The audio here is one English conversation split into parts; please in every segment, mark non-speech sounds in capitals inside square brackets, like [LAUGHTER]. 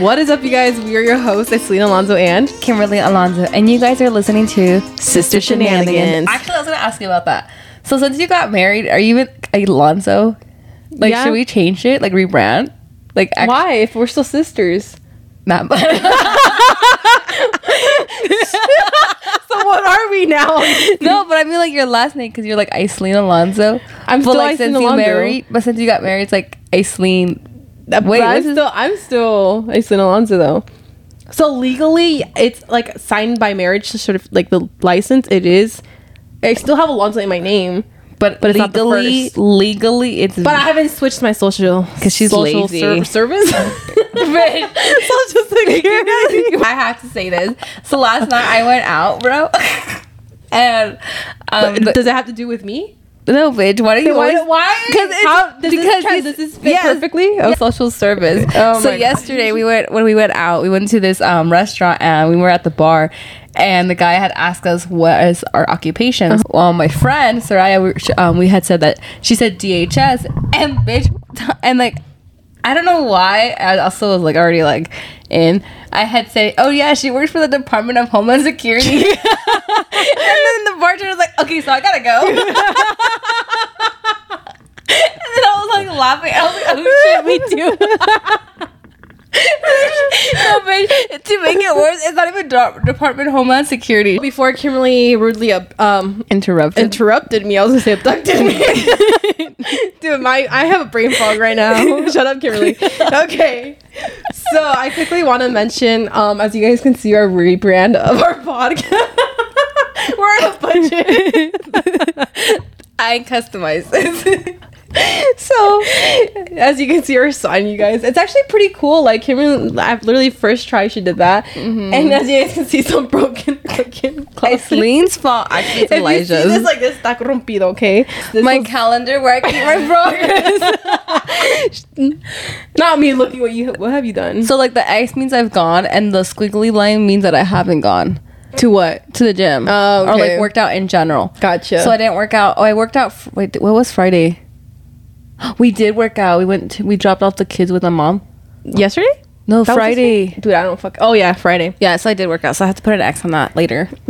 What is up, you guys? We are your hosts, it's Lena Alonso and Kimberly Alonso, and you guys are listening to Sister Shenanigans. Actually, I was going to ask you about that. So, since you got married, are you with Alonso? Like, Yeah. should we change it? Like, rebrand? Like, act- Why? If we're still sisters. Not So what are we now? [LAUGHS] no, but I mean, like, your last name, because you're like Aislinn Alonso. [LAUGHS] I'm but, still like, since Aislinn Alonso. you married, but since you got married, it's like Aislinn. That, Wait, Wait, I'm what's his- still I'm still Aislinn Alonso though. So legally, it's like signed by marriage, so sort of like the license. It is. I still have Alonso in my name, But, But it's not the legally, first. legally, it's but I haven't switched my social 'Cause she's social lazy. [LAUGHS] service. [LAUGHS] social security. [LAUGHS] I have to say this. So last night I went out, bro, [LAUGHS] and um, the- [LAUGHS] Does it have to do with me? no, bitch. Why do you [LAUGHS] Why? always- Why? Because it's How- does this because try- you- does this fit yes. perfectly? of social service. [LAUGHS] Oh so my God. yesterday we went when we went out, we went to this um, restaurant and we were at the bar, and the guy had asked us what is our occupation. Uh-huh. Well, my friend Soraya, we, sh- um, we had said that she said DHS, and bitch, [LAUGHS] and like. I don't know why. I also was like already like in. I had said, "Oh yeah, she works for the Department of Homeland Security," [LAUGHS] and [LAUGHS] then the bartender was like, "Okay, so I gotta go." [LAUGHS] And then I was like laughing. I was like, oh shit, me too. [LAUGHS] no, bitch. To make it worse, it's not even Dep- Department of Homeland Security. [LAUGHS] Before Kimberly rudely uh, um, Interrupted. interrupted me, I was gonna say abducted me. [LAUGHS] Dude, my I have a brain fog right now. [LAUGHS] Shut up, Kimberly. Okay, so I quickly want to mention, um, as you guys can see, our rebrand of our [LAUGHS] podcast. We're on a [LAUGHS] budget. I customized [LAUGHS] this. [LAUGHS] so as you can see our sign you guys it's actually pretty cool like Kimberly I literally first try she did that and as you guys can see some broken [LAUGHS] fucking it's closet Lean's fault. Actually, it's if you see this Elijah's. like this está corrompido okay this my was calendar where I keep my progress. [LAUGHS] not me looking what you what have you done [LAUGHS] so like the X means I've gone, and the squiggly line means that I haven't gone to what to the gym Oh, or okay. like worked out in general. gotcha So I didn't work out. Oh, I worked out. Fr- wait, what was Friday? [GASPS] We did work out. We went. To, we dropped off the kids with my mom. yesterday No, That was Friday. dude I don't fuck oh yeah Friday Yeah, so I did work out. So I have to put an X on that later. [LAUGHS]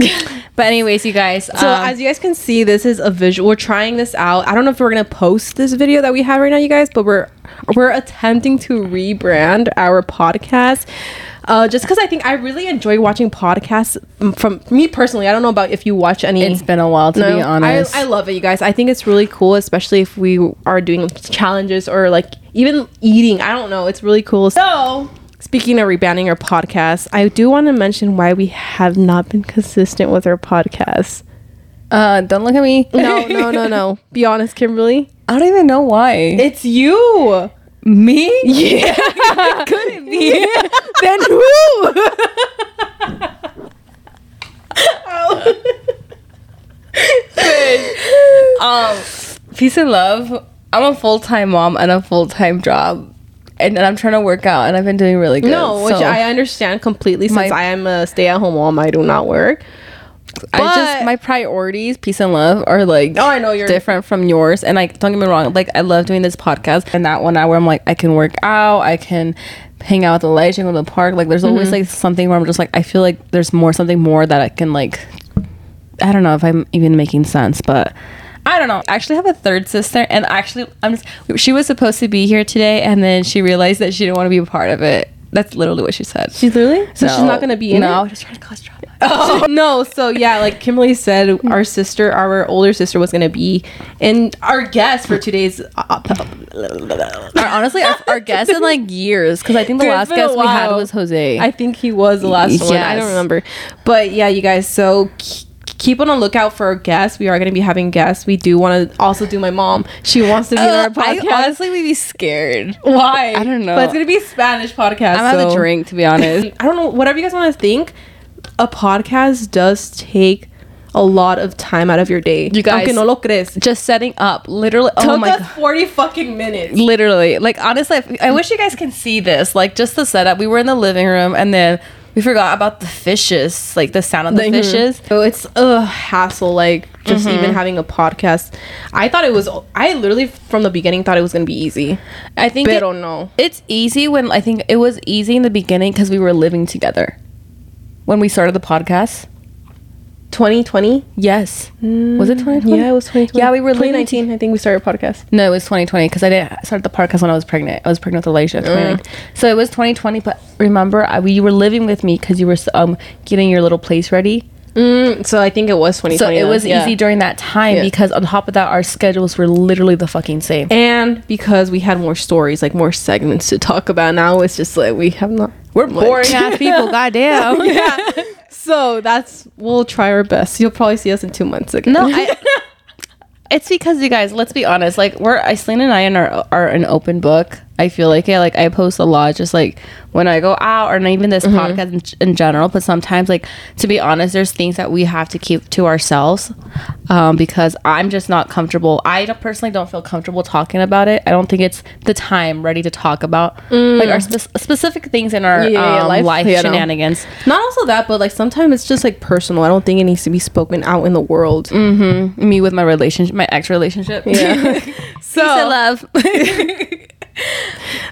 but anyways, you guys. So um, as you guys can see, this is a visual. We're trying this out. I don't know if we're gonna post this video that we have right now, you guys, but we're we're attempting to rebrand our podcast. Uh, just because I think I really enjoy watching podcasts um, from me personally. I don't know about if you watch any. it's been a while to No, be honest. I, I love it, you guys. I think it's really cool, especially if we are doing challenges or like even eating. I don't know. It's really cool. So, speaking of rebranding our podcast, I do want to mention why we have not been consistent with our podcast. uh, don't look at me. [LAUGHS] No, [LAUGHS] no, no, no. Be honest, Kimberly. I don't even know why. It's you. me? [LAUGHS] Yeah. Could it [LAUGHS] be? then [LAUGHS] who? um, peace and love. I'm a full time mom and a full time job, and, and I'm trying to work out, and I've been doing really good. No, which so I understand completely since My- I am a stay-at-home mom. I do not work. I but- just my priorities, peace and love, are like Oh, I know you're- different from yours. And like, don't get me wrong, like I love doing this podcast and that one hour. I'm like, I can work out, I can hang out with Elijah, go to the park. Like, there's Mm-hmm. always like something where I'm just like, I feel like there's more, something more that I can like. I don't know if I'm even making sense, but. I don't know. I actually have a third sister, and actually, I'm. Just, she was supposed to be here today, and then she realized that she didn't want to be a part of it. That's literally what she said. She's literally so she's No. not gonna be in No, I it. was just trying to cause drama. Oh no! So yeah, like Kimberly said, our sister, our older sister, was gonna be in our guest for today's. Uh, Our, honestly, our, our guest in like years, because I think the Dude, it's last been a guest we had while. was Jose. I think he was the last one. I Yes. don't remember. But yeah, you guys, so k- keep on the lookout for guests. We are going to be having guests. We do want to also do my mom. She wants to be on our Uh, I podcast. honestly would be scared. Why? I don't know. But it's going to be a Spanish podcast. I'm out of so- drink, to be honest. I don't know. Whatever you guys want to think, a podcast does take a lot of time out of your day. You guys- Aunque no lo crees. [LAUGHS] Just setting up, literally. Oh Took my us god. 40 fucking minutes. Literally, like honestly, I, I wish you guys can see this. Like just the setup. We were in the living room, and then we forgot about the fishes, like the sound of the Mhm. fishes. So it's a hassle, like just even having a podcast. I thought it was. I literally from the beginning thought it was gonna be easy. I think But I it- don't know. it's easy when I think it was easy in the beginning because we were living together when we started the podcast. 2020 Yes, was it 2020? Mm, Yeah, it was 2020. Yeah, we were living 2019. I think we started a podcast. No, it was 2020 because I didn't start the podcast when I was pregnant. I was pregnant with Alicia. 2019. So it was 2020. But remember, I, you were living with me because you were um getting your little place ready. Mm, so I think it was 2020. So it then, was yeah. easy during that time Yeah. because on top of that, our schedules were literally the fucking same. and because we had more stories, like more segments to talk about. Now it's just like we have not. We're much. boring [LAUGHS] ass people. [LAUGHS] Goddamn. yeah. So that's we'll try our best. You'll probably see us in two months again. No, [LAUGHS] I. It's because you guys. Let's be honest. Like we're Iceland and I and are are an open book. I feel like yeah. Like I post a lot, just like when I go out, or not Mm-hmm. even this podcast in, in general. But sometimes, like to be honest, there's things that we have to keep to ourselves um, because I'm just not comfortable. I don't, personally don't feel comfortable talking about it. I don't think it's the time ready to talk about like our spe- specific things in our Mm. Yeah, yeah, yeah, um, life- life, yeah, no. shenanigans. Not also that, but like sometimes it's just like personal. I don't think it needs to be spoken out in the world. Me with my relationship, my ex relationship. [LAUGHS] Yeah. so love.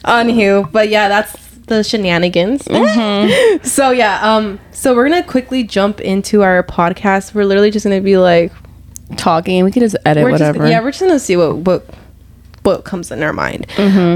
on you, but yeah, that's the shenanigans. [LAUGHS] so yeah, um, so we're gonna quickly jump into our podcast. We're literally just gonna be like, talking. We can just edit we're whatever. Just, yeah, we're just gonna see what what what comes in our mind.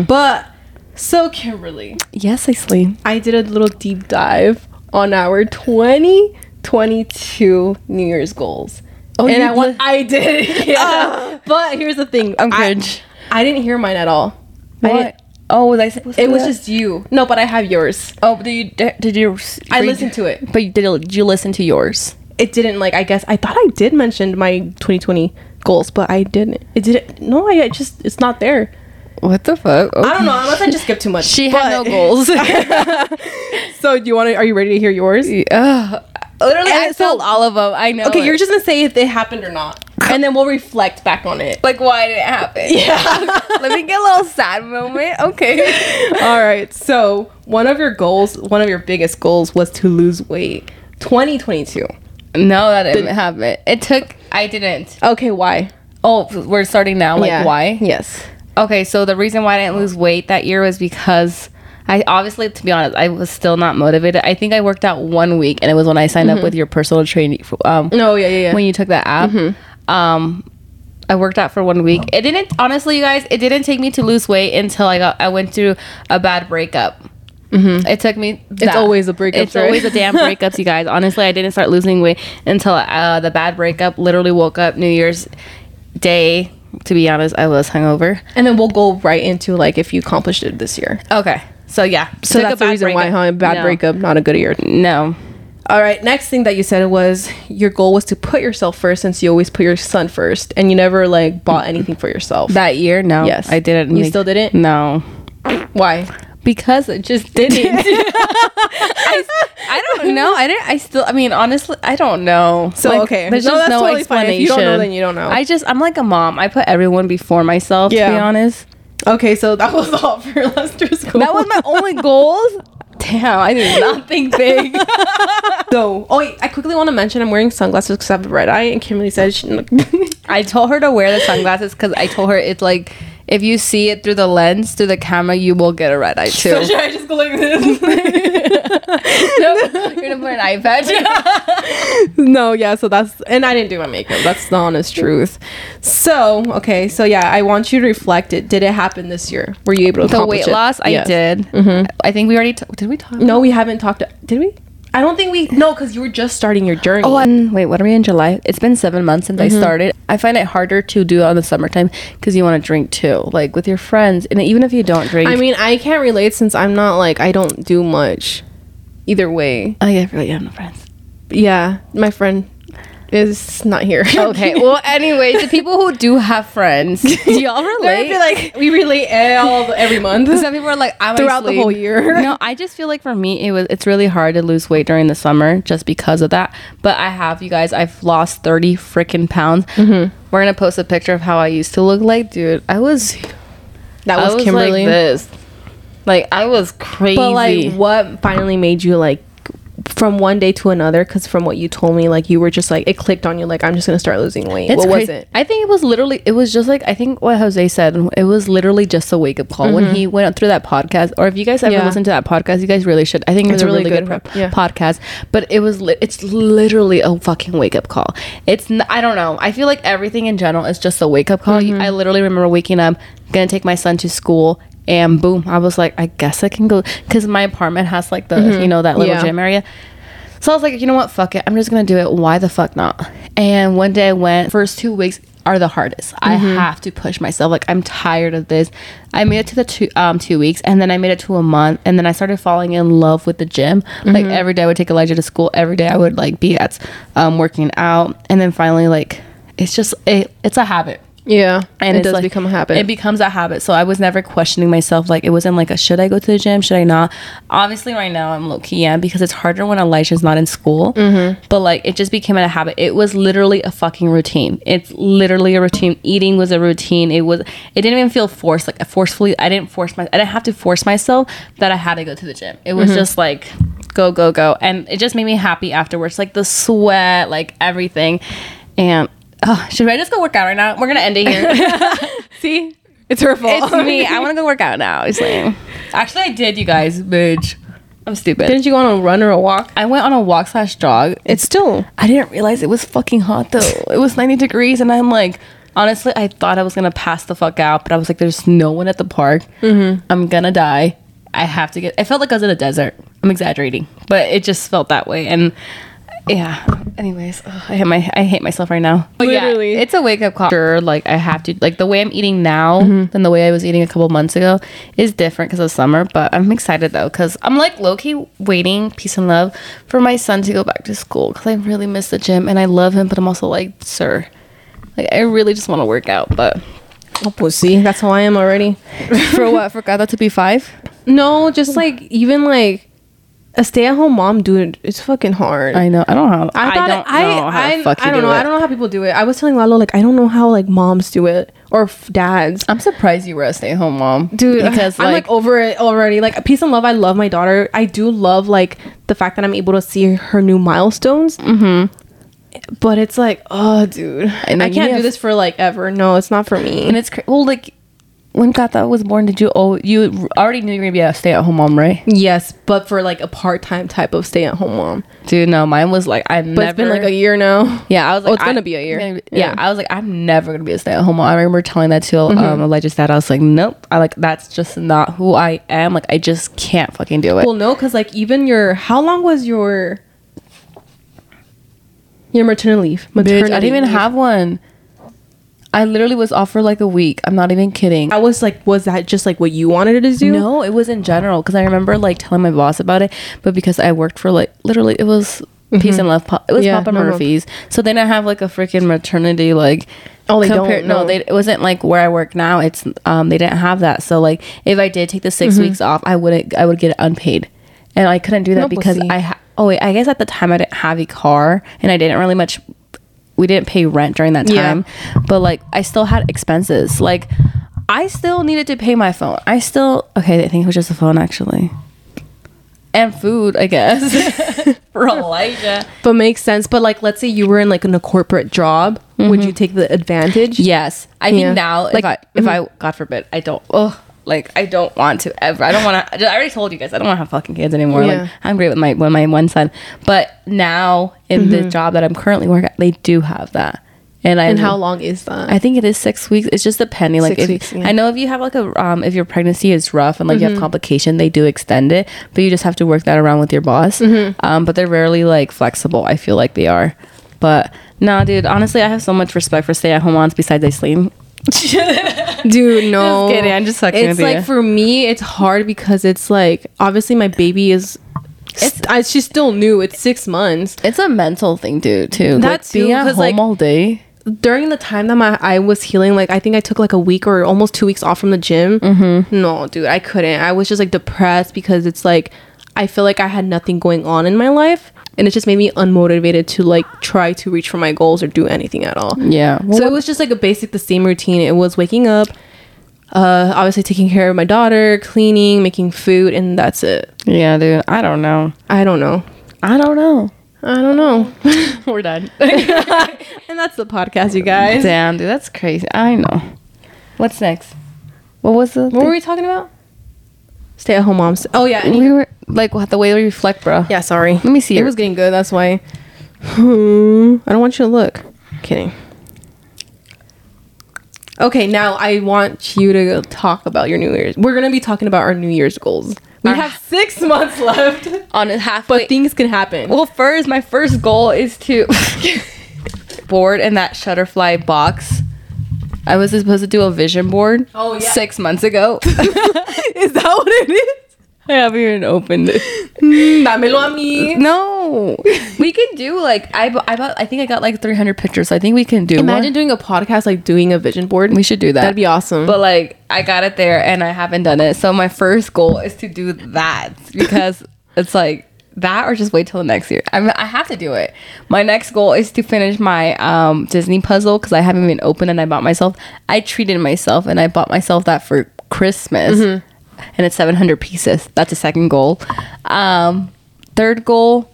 But so Kimberly, Yes, I sleep. I did a little deep dive on our 2022 New Year's goals. Oh, and you I want did- Ah. I did. [LAUGHS] Yeah. but here's the thing. I'm I- cringe. I, didn't hear mine at all. I didn't- What? Oh, was I? supposed to it do was that? just you. No, but I have yours. Oh, but did you? Did, did you? I listened to it. But you, did, you- did you listen to yours? It didn't like I guess I thought I did mention my 2020 goals, but I didn't. It didn't. No, I, I just it's not there. What the fuck? Oh. I don't know. Unless I just skipped too much. She had no but- [LAUGHS] goals. [LAUGHS] So do you want to? Are you ready to hear yours? Ugh. Literally, And I so- sold all of them. I know. Okay, it. you're just gonna say if it happened or not, and then we'll reflect back on it. like, why did it happen? [LAUGHS] [LAUGHS] Yeah. Let me get a little sad moment. Okay. [LAUGHS] All right. So one of your goals, one of your biggest goals, was to lose weight. 2022. No, that didn't happen. It took. I didn't. Okay, why? Oh, we're starting now. Like, Yeah. why? Yes. Okay, so the reason why I didn't lose weight that year was because I obviously, to be honest, I was still not motivated. I think I worked out one week, and it was when I signed up with your personal training. Um, Mm-hmm. No. Yeah. Yeah. yeah. Mm-hmm. when you took that app, um, I worked out for one week. It didn't, honestly, you guys, it didn't take me to lose weight until I got I went through a bad breakup. It took me. that- Mm-hmm. always the breakups, It's right? always [LAUGHS] the damn breakups, you guys. Honestly, I didn't start losing weight until uh, the bad breakup. Literally woke up New Year's Day. To be honest, I was hungover. and then we'll go right into like if you accomplished it this year. Okay. So yeah. So that's the reason why, huh? Bad no. breakup, not a good year. No. All right. Next thing that you said was your goal was to put yourself first, since you always put your son first, and you never like bought anything for yourself. That year, no. Yes. I didn't. You still didn't? Mm. No. why? Because it just didn't. [LAUGHS] [LAUGHS] I, I don't know. I didn't. I still. I mean, honestly, I don't know. So, okay. There's No, just that's no totally fine. If explanation. you don't know, then you don't know. I just. I'm like a mom. I put everyone before myself. To Yeah. be honest, Okay, so that was all for [LAUGHS] Lester's goal. that was my [LAUGHS] [LAUGHS] only goals. Damn, I did [LAUGHS] not think big. So, oh, wait, I quickly want to mention I'm wearing sunglasses because I have a red eye, and Kimberly said she. [LAUGHS] I told her to wear the sunglasses because I told her it's like if you see it through the lens, through the camera, you will get a red eye too. [LAUGHS] so should I just go like this? [LAUGHS] [LAUGHS] nope, you're gonna put an eye patch. no, yeah. So that's and I didn't do my makeup. That's the honest truth. So okay, so yeah, I want you to reflect it. Did it happen this year? Were you able to the accomplish weight it? loss, I Yes. did. I think we already t- did. We talk. No, we haven't talked. Did we? I don't think we. No, because you were just starting your journey. Oh, and wait, what are we in July? It's been seven months since I started. I find it harder to do on the summertime because you want to drink too, like with your friends, and even if you don't drink. I mean, I can't relate since I'm not like I don't do much. Either way, oh yeah, I really have no friends. yeah, my friend is not here. [LAUGHS] [LAUGHS] Okay, well, anyway, the people who do have friends, [LAUGHS] do y'all I feel relate? like we relate all every month. Some people are like, [LAUGHS] I'm Throughout the asleep. whole year. [LAUGHS] no, I just feel like for me, it was it's really hard to lose weight during the summer just because of that. But I have you guys, I've lost thirty freaking pounds. Mm-hmm. We're gonna post a picture of how I used to look like, dude. I was, That I was like this, like I was crazy. but like, what finally made you like from one day to another? Because from what you told me, like you were just like it clicked on you, like I'm just gonna start losing weight. It's what was cra- it? I think it was literally. It was just like I think what Jose said. It was literally just a wake up call when he went through that podcast. Or if you guys ever Mm-hmm. Yeah. listened to that podcast, you guys really should. I think it was a really, good, one. pro- Yeah. podcast. But it was. Li- it's literally a fucking wake up call. It's. N- I don't know. I feel like everything in general is just a wake up call. Mm-hmm. You- I literally remember waking up, gonna take my son to school. And boom, I was like, I guess I can go because my apartment has like the you know that little Mm-hmm. Yeah. gym area. So I was like, you know what? Fuck it. I'm just gonna do it. Why the fuck not? And one day I went. First two weeks are the hardest. I have to push myself. Like I'm tired of this. I made it to the two um two weeks, and then I made it to a month, and then I started falling in love with the gym. Like every day I would take Elijah to school. Every day I would like be at um working out, and then finally like it's just it, it's a habit Yeah, and it it's does like- become a habit. It becomes a habit. So I was never questioning myself. Like it wasn't like a should I go to the gym? Should I not? Obviously, right now I'm low key yeah, because it's harder when Elijah's not in school. Mm-hmm. But like it just became a habit. It was literally a fucking routine. It's literally a routine. Eating was a routine. It was. It didn't even feel forced. Like forcefully, I didn't force my. I didn't have to force myself that I had to go to the gym. It Mm-hmm. was just like go go go, and it just made me happy afterwards. Like the sweat, like everything, and. Oh, should I just go work out right now? We're gonna end it here. See, it's her fault. [LAUGHS] It's me. I want to go work out now. It's lame. Actually, I did, you guys. Bitch. I'm stupid. [LAUGHS] Didn't you go on a run or a walk? I went on a walk slash jog. It's still I didn't realize it was fucking hot though. It was 90 degrees, and I'm like, honestly, I thought I was gonna pass the fuck out, but I was like, there's no one at the park. I'm gonna die. I have to get. I felt like I was in a desert. I'm exaggerating, but it just felt that way. And yeah. Anyways, ugh, I hate my I hate myself right now. But Literally. yeah, it's a wake up call. Sure, like I have to like the way I'm eating now Mm-hmm. than the way I was eating a couple months ago is different because of summer. But I'm excited though because I'm like low key waiting, peace and love, for my son to go back to school because I really miss the gym and I love him, but I'm also like, sir, like I really just want to work [LAUGHS] out. But a pussy. That's how I am already. for what? For God, that to be five. No, just like even like a stay-at-home mom, dude. It's fucking hard. I know. I don't know. How, I, thought- don't know how I, the fuck you I don't do know. it. I don't know how people do it. I was telling Lalo like I don't know how like moms do it or f- dads. I'm surprised you were a stay-at-home mom, Dude, [LAUGHS] Because I'm like over it already. Like peace and love. I love my daughter. I do love like the fact that I'm able to see her new milestones. Mm-hmm. But it's like, oh, dude, I know, I you can't do have- this for like ever. No, it's not for And [LAUGHS] me. it's cra- well, like when Gata was born, did you oh you already knew you were gonna be a stay at home mom, right? Yes, but for like a part-time type of stay-at-home mom. Dude, no, mine was like I But never. it's been like a year now. yeah, I was like, Oh, it's I- gonna be a year. gonna be- yeah. I was like, I'm never gonna be a stay at home mom. I remember telling that to um, Elijah's dad. I was like, nope, I like that's just not who I am. Like, I just can't fucking do it. Well, no, because like even your how long was your your maternity leave? Bitch, Maternity I didn't even leave. have one. I literally was off for like a week. I'm not even kidding. I was like, was that just like what you wanted to do? No, it was in general because I remember like telling my boss about it, but because I worked for like literally it was peace and love. Pop, it was Mm-hmm. Yeah, Papa no, no. Murphy's. So then I have like a freaking maternity like. Oh, they don't, No, no. they, it wasn't like where I work now. It's um they didn't have that. So like if I did take the 6 Mm-hmm. weeks off, I wouldn't. I would get it unpaid, and I couldn't do that No, because pussy. I. Ha- oh wait, I guess at the time I didn't have a car and I didn't really much. We didn't pay rent during that Yeah. time but like I still had expenses. Like I still needed to pay my phone. I still okay. I think it was just the phone actually, and food, I guess, [LAUGHS] for Elijah. but makes sense. But like, let's say you were in like in a corporate job, would you Mm-hmm. take the advantage? Yes, I Yeah. think now Like- mm-hmm. if I if I God forbid I don't. Ugh, like I don't want to ever. I don't want to. I already told you guys I don't want to have fucking kids anymore. Yeah. Like I'm great with my with my one son, but now in the job that I'm currently working, at, they do have that. And I Mm-hmm. And how long is that? I think it is six weeks. It's just depending. Like, Six if, weeks, yeah. I know if you have like a um, if your pregnancy is rough and like you have complication, they do extend it, but you just have to work that around with your boss. Um, but they're rarely like flexible. I feel like they are, but nah, dude. Honestly, I have so much respect for stay-at-home moms. Besides, they sleep. Dude, [LAUGHS] no. Just kidding, I'm just fucking It's with like you. for me, it's hard because it's like obviously my baby is. It's, I, she's still new. It's six months. It's a mental thing, dude. Too. That Like, too, being at 'cause, home like- all day. during the time that my I was healing, like I think I took like a week or almost two weeks off from the gym. Mm-hmm. No, dude, I couldn't. I was just like depressed because it's like I feel like I had nothing going on in my life, and it just made me unmotivated to like try to reach for my goals or do anything at all. Yeah. Well, so it was just like a basic the same routine. It was waking up, uh, obviously taking care of my daughter, cleaning, making food, and that's it. yeah, dude. I don't know. I don't know. I don't know. I don't know. [LAUGHS] We're done. and that's the podcast, you guys. [LAUGHS] Damn, dude, that's crazy. I know. What's next? What was the? What were we talking about? Stay at home moms. Oh yeah, thing? and- we were like what- the way we reflect, bro. yeah. Sorry. Let me see. It was getting good. That's why. Hmm, I don't want you to look. Kidding. Okay, now I want you to talk about your New Year's. We're gonna be talking about our New Year's goals. We Our- have six [LAUGHS] months left, on a half. but things can happen. well, first, my first goal is to [LAUGHS] board in that Shutterfly box. I was supposed to do a vision board. Oh, yeah. Six months ago. [LAUGHS] is that what it is? I haven't even opened it. Hmm, Dámelo a mí. No, we can do like I. bu- I bought. I think I got like 300 pictures. So I think we can do. Imagine doing a podcast like doing a vision board. one. we should do that. That'd be awesome. But like I got it there and I haven't done it. So my first goal is to do that because it's like that or just wait till the next year. I mean, I have to do it. My next goal is to finish my um, Disney puzzle because I haven't been open and I bought myself. I treated myself and I bought myself that for Christmas, and it's seven hundred pieces. That's a second goal. Um, third goal,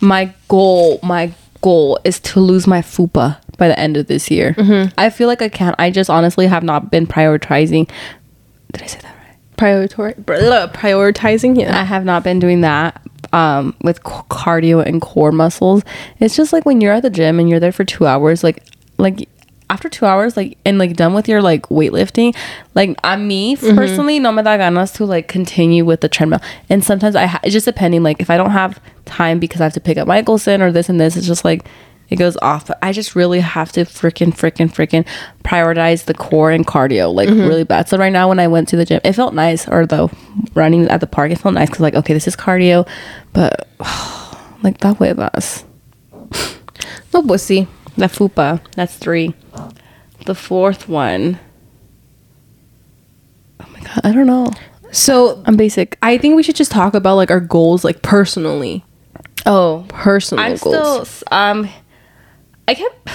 my goal, my goal is to lose my fupa by the end of this year. I feel like I can't. I just honestly have not been prioritizing. Did I say that right? Prioritor- blah, prioritizing, yeah. I have not been doing that um, with c- cardio and core muscles. It's just like when you're at the gym and you're there for two hours, like like after two hours, like and like done with your like weightlifting, like I'm me personally, no me da ganas to like continue with the treadmill. And sometimes I ha- it's just depending, like if I don't have time because I have to pick up Michaelson or this and this, it's just like it goes off. But I just really have to freaking, freaking, freaking prioritize the core and cardio like really bad. So right now, when I went to the gym, it felt nice. Or though running at the park, it felt nice because like okay, this is cardio, but [SIGHS] like that way of us. no pussy. La fupa. That's three. The fourth one. Oh my god, I don't know. So I'm basic. I think we should just talk about like our goals, like personally. Oh, Personal I'm goals. still s- um I kept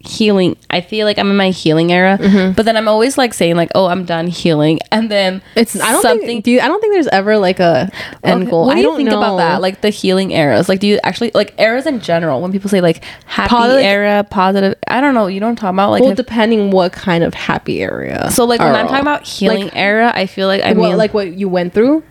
healing. I feel like I'm in my healing era, Mm-hmm. but then I'm always like saying like, "Oh, I'm done healing." And then it's I don't something think do you, I don't think there's ever like a end Okay, goal. What I do you don't think know. about that? Like the healing eras. Like, do you actually like eras in general? When people say like happy Positive- era, positive, I don't know. You don't talk about like. well, if- depending what kind of happy area. so like when are I'm talking all. about healing Like, era, I feel like I what, mean like what you went through.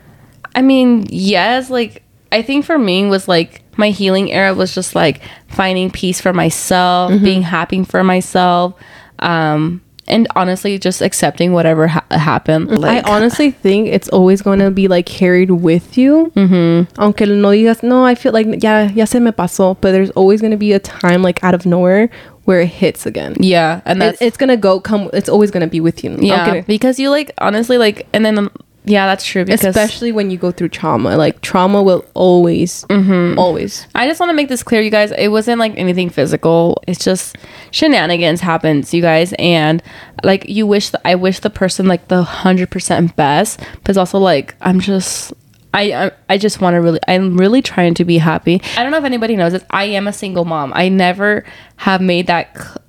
I mean, yes, like I think for me was like my healing era was just like finding peace for myself, Mm-hmm. being happy for myself, um and honestly just accepting whatever ha- happened. Like [LAUGHS] I honestly think it's always going to be like carried with you. Mm-hmm. Aunque no digas, no, I feel like yeah, ya se me pasó. But there's always going to be a time like out of nowhere where it hits again. yeah, and It, that's it's gonna go come. It's always gonna be with you. yeah, Aunque- because you like honestly like and then um, yeah, that's true because especially when you go through trauma like trauma will always Mm-hmm. always I just want to make this clear, you guys. It wasn't like anything physical. It's just shenanigans happens, you guys. And like you wish, the, I wish the person like the hundred percent best, but it's also like I'm just. I, I, I just want to really I'm really trying to be happy. I don't know if anybody knows this. I am a single mom. I never have made that cl-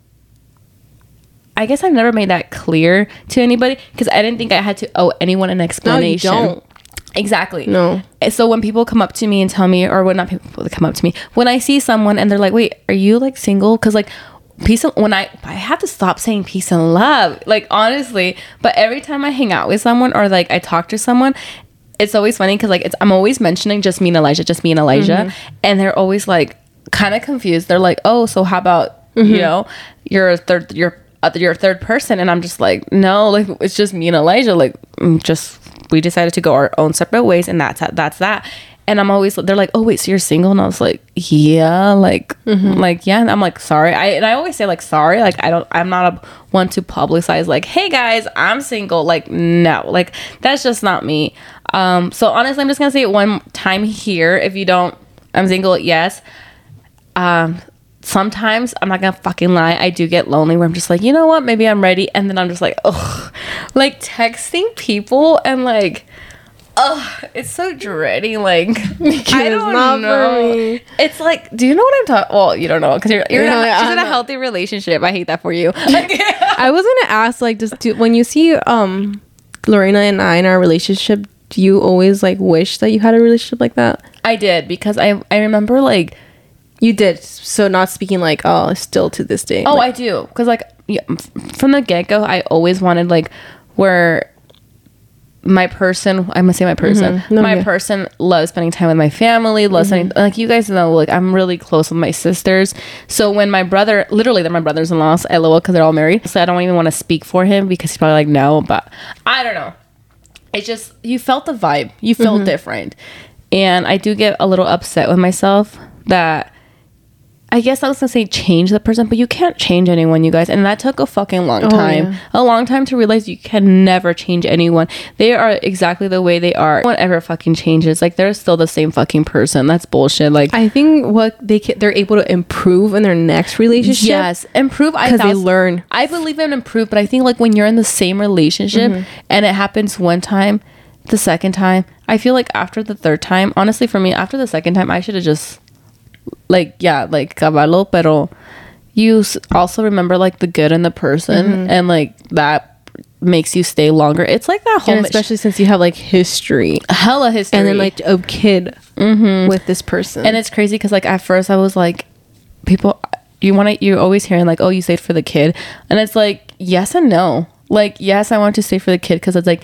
I guess I've never made that clear to anybody because I didn't think I had to owe anyone an explanation. don't. Exactly. No. And Eh, So when people come up to me and tell me, or when not people that come up to me, when I see someone and they're like, "Wait, are you like single?" Because like peace and when I I have to stop saying peace and love, like honestly. But every time I hang out with someone or like I talk to someone. It's always funny because like it's I'm always mentioning just me and Elijah, just me and Elijah, and they're always like kind of confused. They're like, "Oh, so how about you know you're a third you're uh, you're a third person and i'm just like no like it's just me and elijah like mm, just we decided to go our own separate ways and that's that that's that and i'm always they're like oh wait so you're single and i was like yeah like like yeah and i'm like sorry i and i always say like sorry like i don't i'm not a one to publicize like hey guys i'm single like no like that's just not me um so honestly i'm just gonna say it one time here if you don't i'm single yes um sometimes I'm not gonna fucking lie, I do get lonely where I'm just like, you know what, maybe I'm ready, and then I'm just like, oh, like texting people and like, oh, it's so dreading. [LAUGHS] Like, I is don't not for know. me. It's like, do you know what I'm talking? Well, you don't know because you're you're in a- [LAUGHS] Yeah, she's in I'm- a healthy relationship. I hate that for you. [LAUGHS] [LAUGHS] i was gonna ask like just do when you see um lorena and i in our relationship do you always like wish that you had a relationship like that I did because I I remember like You did. So not speaking like, oh, still to this day. oh I do because like yeah, f- from the get go I always wanted like where my person I'm gonna say my person Mm-hmm. No, my yeah. Mm-hmm. person loves spending time with my family loves spending like you guys know like I'm really close with my sisters so when my brother literally they're my brothers-in-laws lol because they're all married so I don't even want to speak for him because he's probably like no but I don't know it's just you felt the vibe you felt different and i do get a little upset with myself that i guess i was gonna say change the person but you can't change anyone you guys and that took a fucking long time yeah. a long time to realize you can never change anyone they are exactly the way they are whatever fucking changes like they're still the same fucking person that's bullshit like I think what they can, they're able to improve in their next relationship. Yes, improve. I 'Cause they thousand- learn. I believe in improve, but I think like when you're in the same relationship Mm-hmm. and it happens one time, the second time, I feel like after the third time, honestly, for me, after the second time, I should have just like yeah, like caballo, pero you s- also remember like the good in the person Mm-hmm. and like that makes you stay longer. It's like that whole And mi- especially since you have like history hella history and then like a kid with this person. And it's crazy because like at first I was like, people, you want to, you're always hearing like, oh, you stayed for the kid, and it's like yes and no. Like yes, I want to stay for the kid because it's like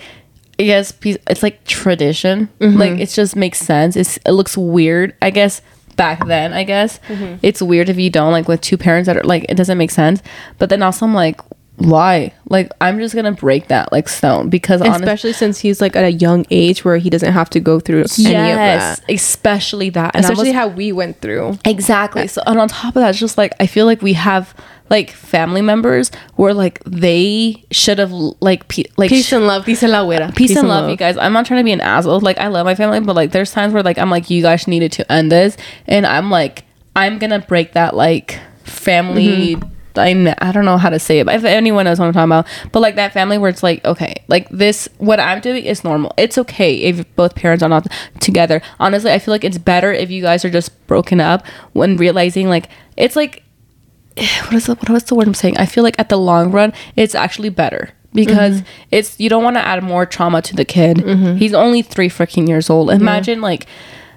yes, pe- it's like tradition. Like it just makes sense. It's it looks weird, I guess. Back then, I guess it's weird if you don't like with two parents that are like it doesn't make sense. But then also I'm like, why? Like I'm just gonna break that like stone because And honestly, especially since he's like at a young age where he doesn't have to go through any of that. especially that, and I was- Especially how we went through. Exactly. So, and on top of that, it's just like I feel like we have like family members where like they should have like pe- like sh- and love. Peace and la güera. peace, and love, you guys. I'm not trying to be an asshole. Like I love my family, but like there's times where like I'm like you guys needed to end this, and I'm like I'm gonna break that like family. dyna- I don't know how to say it, but if anyone knows what I'm talking about, but like that family where it's like, okay, like this, what I'm doing is normal. It's okay if both parents are not together. Honestly, I feel like it's better if you guys are just broken up when realizing like it's like [SIGHS] what is the, what is the word I'm saying? I feel like at the long run, it's actually better because it's you don't want to add more trauma to the kid. He's only three freaking years old. Imagine like,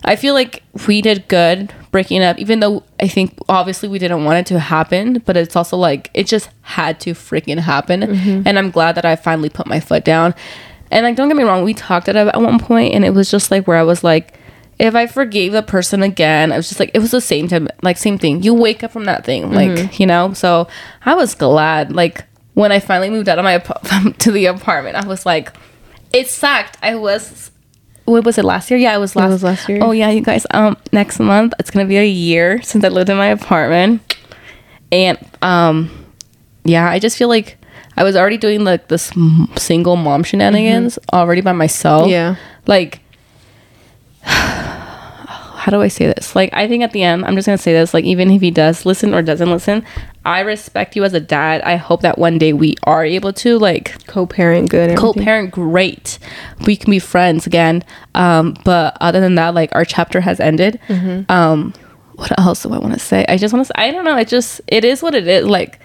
I feel like we did good breaking up, even though I think obviously we didn't want it to happen, but it's also like it just had to freaking happen, and I'm glad that I finally put my foot down. And like, don't get me wrong, we talked it up at one point, and it was just like where I was like, if I forgave the person again, I was just like, it was the same time, like same thing. You wake up from that thing, like you know. So I was glad, like when I finally moved out of my [LAUGHS] ap- to the apartment, I was like, it sucked. I was, what was it last year? Yeah, it was last. was last year. Oh yeah, you guys. Um, next month it's gonna be a year since I lived in my apartment, and um, yeah, I just feel like I was already doing like this m- single mom shenanigans already by myself. Yeah. Like, [SIGHS] how do I say this? Like, I think at the end, I'm just going to say this. Like, even if he does listen or doesn't listen, I respect you as a dad. I hope that one day we are able to, like, Co-parent good. and everything. co-parent great we can be friends again um but other than that like our chapter has ended Mm-hmm. um what else do i want to say i just want to say i don't know it just it is what it is like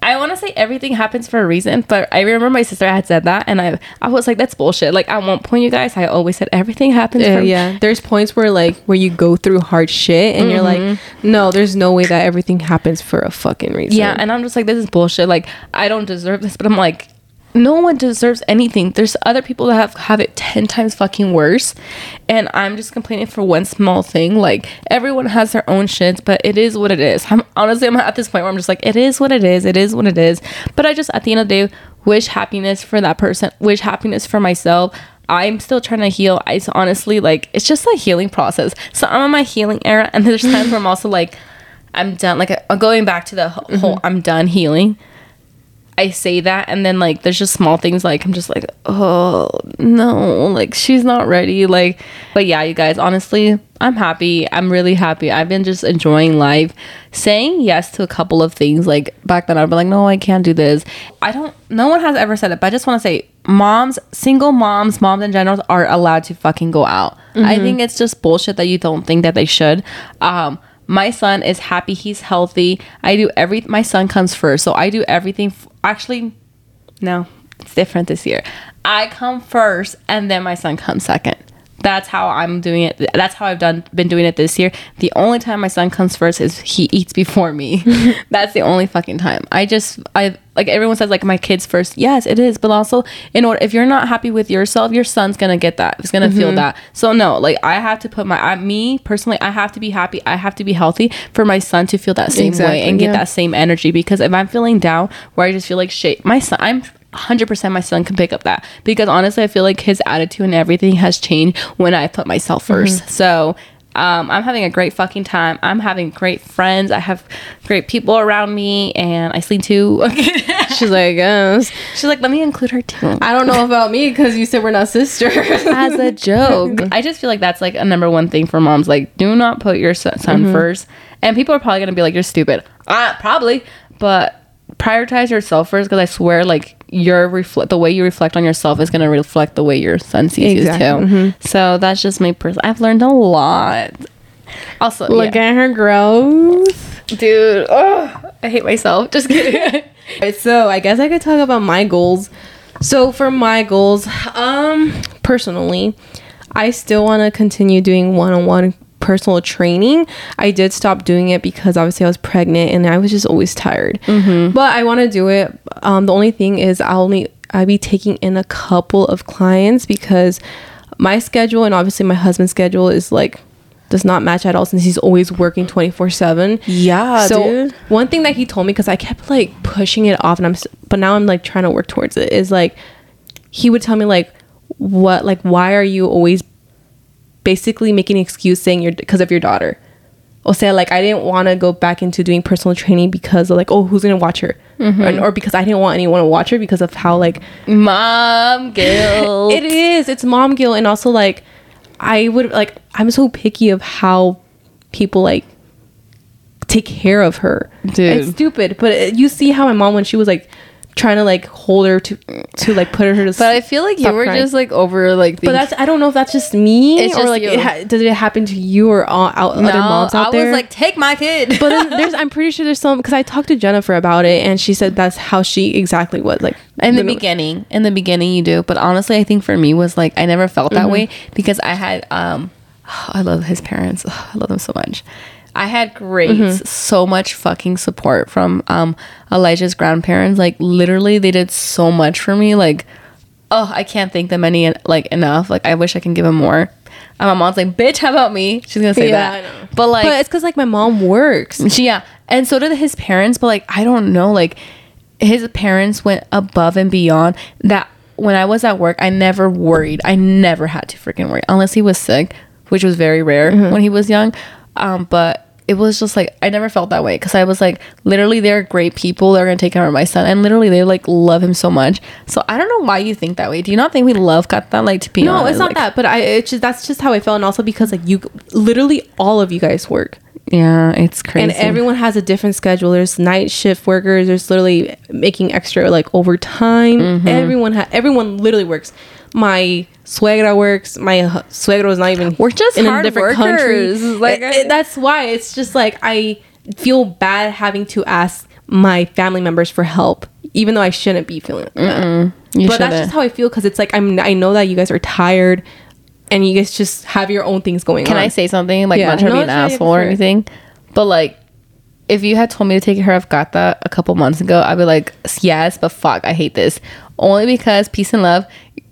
I want to say everything happens for a reason, but I remember my sister had said that, and I I was like, "That's bullshit." Like at one point, you guys, I always said everything happens. Yeah, for Uh, yeah. There's points where like where you go through hard shit and you're like, no, there's no way that everything happens for a fucking reason. Yeah, and I'm just like, this is bullshit. Like, I don't deserve this, but I'm like, no one deserves anything. There's other people that have have it ten times fucking worse, and I'm just complaining for one small thing. Like, everyone has their own shits, but it is what it is. I'm honestly, I'm at this point where I'm just like, it is what it is. It is what it is. But I just, at the end of the day, wish happiness for that person. Wish happiness for myself. I'm still trying to heal. I it's honestly like it's just a healing process. So I'm on my healing era, and there's times where I'm also like, I'm done. Like uh, going back to the wh- whole I'm done healing. I say that, and then like there's just small things like I'm just like, oh no, like she's not ready. Like, but yeah, you guys, honestly, I'm happy. I'm really happy. I've been just enjoying life, saying yes to a couple of things. Like back then, I'd be like, no, I can't do this. I don't. No one has ever said it, but I just want to say, moms, single moms, moms in general, are allowed to fucking go out. I think it's just bullshit that you don't think that they should. Um, my son is happy he's healthy i do every my son comes first so i do everything f- actually no it's different this year i come first and then my son comes second That's how I'm doing it. That's how I've done been doing it this year. The only time my son comes first is he eats before me. That's the only fucking time. I just I like everyone says like my kids first. Yes, it is, but also in order if you're not happy with yourself, your son's gonna get that. He's gonna feel that. So no, like I have to put my I, me personally. I have to be happy. I have to be healthy for my son to feel that same Exactly, way and get yeah. that same energy. Because if I'm feeling down, where I just feel like shit, my son, I'm 100% my son can pick up that because honestly i feel like his attitude and everything has changed when i put myself 1st so um, i'm having a great fucking time i'm having great friends i have great people around me and i sleep too [LAUGHS] [LAUGHS] She's like, yes. she's like let me include her too I don't know about me because you said we're not sisters. as [LAUGHS] a joke i just feel like that's like a number one thing for moms like do not put your son, son Mm-hmm. first and people are probably gonna be like you're stupid uh, probably but prioritize yourself first because i swear like your reflect the way you reflect on yourself is going to reflect the way your son sees Exactly. Mm-hmm. you too so that's just my person i've learned a lot also Look at her growth. yeah. dude ugh, i hate myself just kidding [LAUGHS] Alright, so I guess I could talk about my goals. So for my goals, um, personally, I still want to continue doing one-on-one personal training. I did stop doing it because obviously I was pregnant and I was just always tired. But I want to do it. Um, the only thing is I'll only I'll be taking in a couple of clients because my schedule and obviously my husband's schedule is like does not match at all since he's always working 24 7 Yeah, so dude. one thing that he told me because i kept like pushing it off and i'm s- but now i'm like trying to work towards it is like he would tell me like what like why are you always basically making an excuse saying you're because of your daughter or say like i didn't want to go back into doing personal training because of like oh who's gonna watch her Mm-hmm. or, or because i didn't want anyone to watch her because of how like mom guilt it is. It's mom guilt, and also like, I would like. I'm so picky of how people like take care of her. Dude. It's stupid, but it, you see how my mom when she was like trying to like hold her to to like put her to. but i feel like you Stop were crying. just like over like but that's I don't know if that's just me It's or just like you. it ha- did it happen to you or all, out, other moms out I there? was like, take my [LAUGHS] kid. [LAUGHS] but then there's I'm pretty sure there's some because I talked to Jennifer about it and she said that's how she exactly was like in the beginning. beginning, in the beginning, you do. But honestly, I think for me was like I never felt that way because I had. um [SIGHS] I love his parents. [SIGHS] I love them so much. I had great, so much fucking support from um Elijah's grandparents. Like literally, they did so much for me. Like, oh, I can't thank them any like enough. Like, I wish I can give them more. And my mom's like, bitch, how about me? She's gonna say Yeah, I that. know. But like, but it's because like my mom works. She, yeah, and so did his parents, but like I don't know, like his parents went above and beyond that. When I was at work, I never worried. I never had to freaking worry unless he was sick, which was very rare Mm-hmm. when he was young. Um, but it was just like I never felt that way because I was like, literally, they're great people. They're gonna take care of my son, and literally, they like love him so much. So I don't know why you think that way. Do you not think we love Kata? Like to be No, honest, it's not like- that, but I it's just, that's just how I felt, and also because like you, literally all of you guys work, Yeah, it's crazy. and everyone has a different schedule. There's night shift workers. There's literally making extra like overtime. Mm-hmm. Everyone ha- everyone literally works. My suegra works. My hu- suegro is not even. We're just hard workers. Like, It- it- that's why it's just like I feel bad having to ask my family members for help, even though I shouldn't be feeling like that You but that's shouldn't. just how I feel because it's like I'm. I know that you guys are tired, and you guys just have your own things going Can on. I say something? Like, Yeah. not trying No, to be an it's not even asshole or fair. anything, but like, if you had told me to take care of Gata a couple months ago, I'd be like, yes, but fuck, I hate this. Only because peace and love.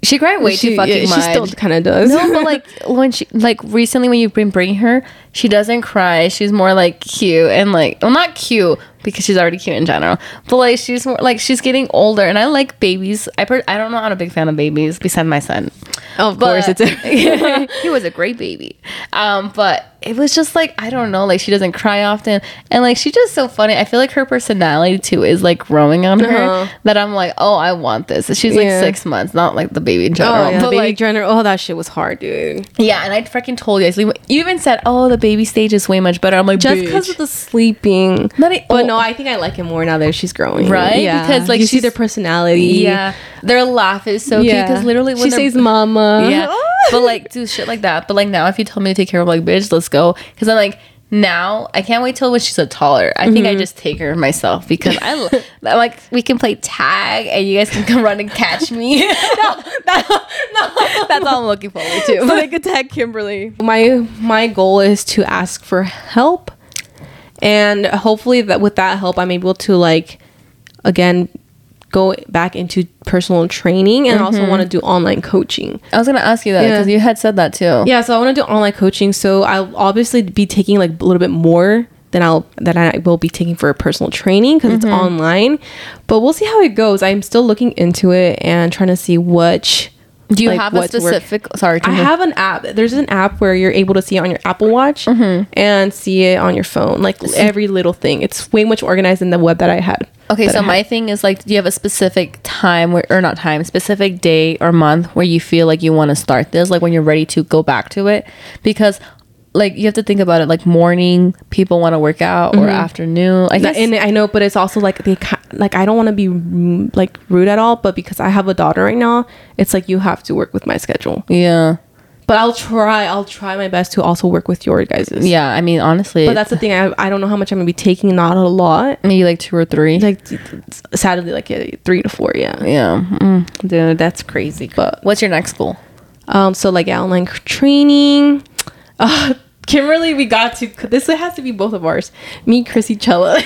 She cried way She, too yeah, fucking she much. still [LAUGHS] kind of does. no, but like when she like recently when you've been bringing her, she doesn't cry. She's more like cute and like well not cute because she's already cute in general. But like she's more like she's getting older, and I like babies. I per- I don't know. I'm not a big fan of babies. Besides my son, [LAUGHS] of course, Oh, it's [LAUGHS] but- [LAUGHS] a, he was a great baby. Um, but it was just like I don't know, like she doesn't cry often, and like she's just so funny. I feel like her personality too is like growing on Uh-huh. her that I'm like, oh, I want this. She's like Yeah. six months, not like the baby in general, oh, yeah, but baby like Jenner. Oh, that shit was hard, dude. yeah. And I freaking told you, guys, you even said, oh, the baby stage is way much better. I'm like, Just because bitch. of the sleeping. Not e- but oh. no, I think I like it more now that she's growing, Right? Yeah, Because, like, you see she's- their personality. yeah, their laugh is so cute because literally when she they're- says "mama," [LAUGHS] Yeah. but like do shit like that. But like now if you tell me to take care of like bitch, let's go. Cause I'm like now I can't wait till when she's a taller. I think I just take her myself because I [LAUGHS] l- I'm [LAUGHS] like we can play tag and you guys can come run and catch me. no, no, no. That's all I'm looking forward [LAUGHS] to. so they could tag Kimberly. My my goal is to ask for help, and hopefully that with that help, I'm able to like again go back into personal training and also want to do online coaching. [LAUGHS] I was gonna ask you that Yeah. because you had said that too. Yeah, so I want to do online coaching. So I'll obviously be taking like a little bit more than I'll that I will be taking for personal training because it's online. But we'll see how it goes. I'm still looking into it and trying to see which. Do you like, have a what's work- specific? Sorry, I have an app. There's an app where you're able to see it on your Apple Watch Mm-hmm. and see it on your phone, like every little thing. It's way much organized than the web that I had. Okay, that I so had. my thing is like, do you have a specific time where, or not time, specific day or month where you feel like you want to start this, like when you're ready to go back to it? Because, like, you have to think about it. Like morning, people want to work out, Mm-hmm. or afternoon. I That- guess and I know, but it's also like they ki- like I don't want to be mm, like rude at all, but because I have a daughter right now, it's like you have to work with my schedule. yeah, But I'll try. I'll try my best to also work with your guys's. yeah. I mean, honestly, But that's the thing. I, I don't know how much I'm gonna be taking. Not a lot. maybe like two or three. Like sadly, like yeah, three to four. Yeah. yeah, mm, dude, that's crazy. But What's your next goal? um, so like yeah, online training. [SIGHS] Uh, Kimberly, we got to. This has to be both of ours. Me, Chrissy, Chella.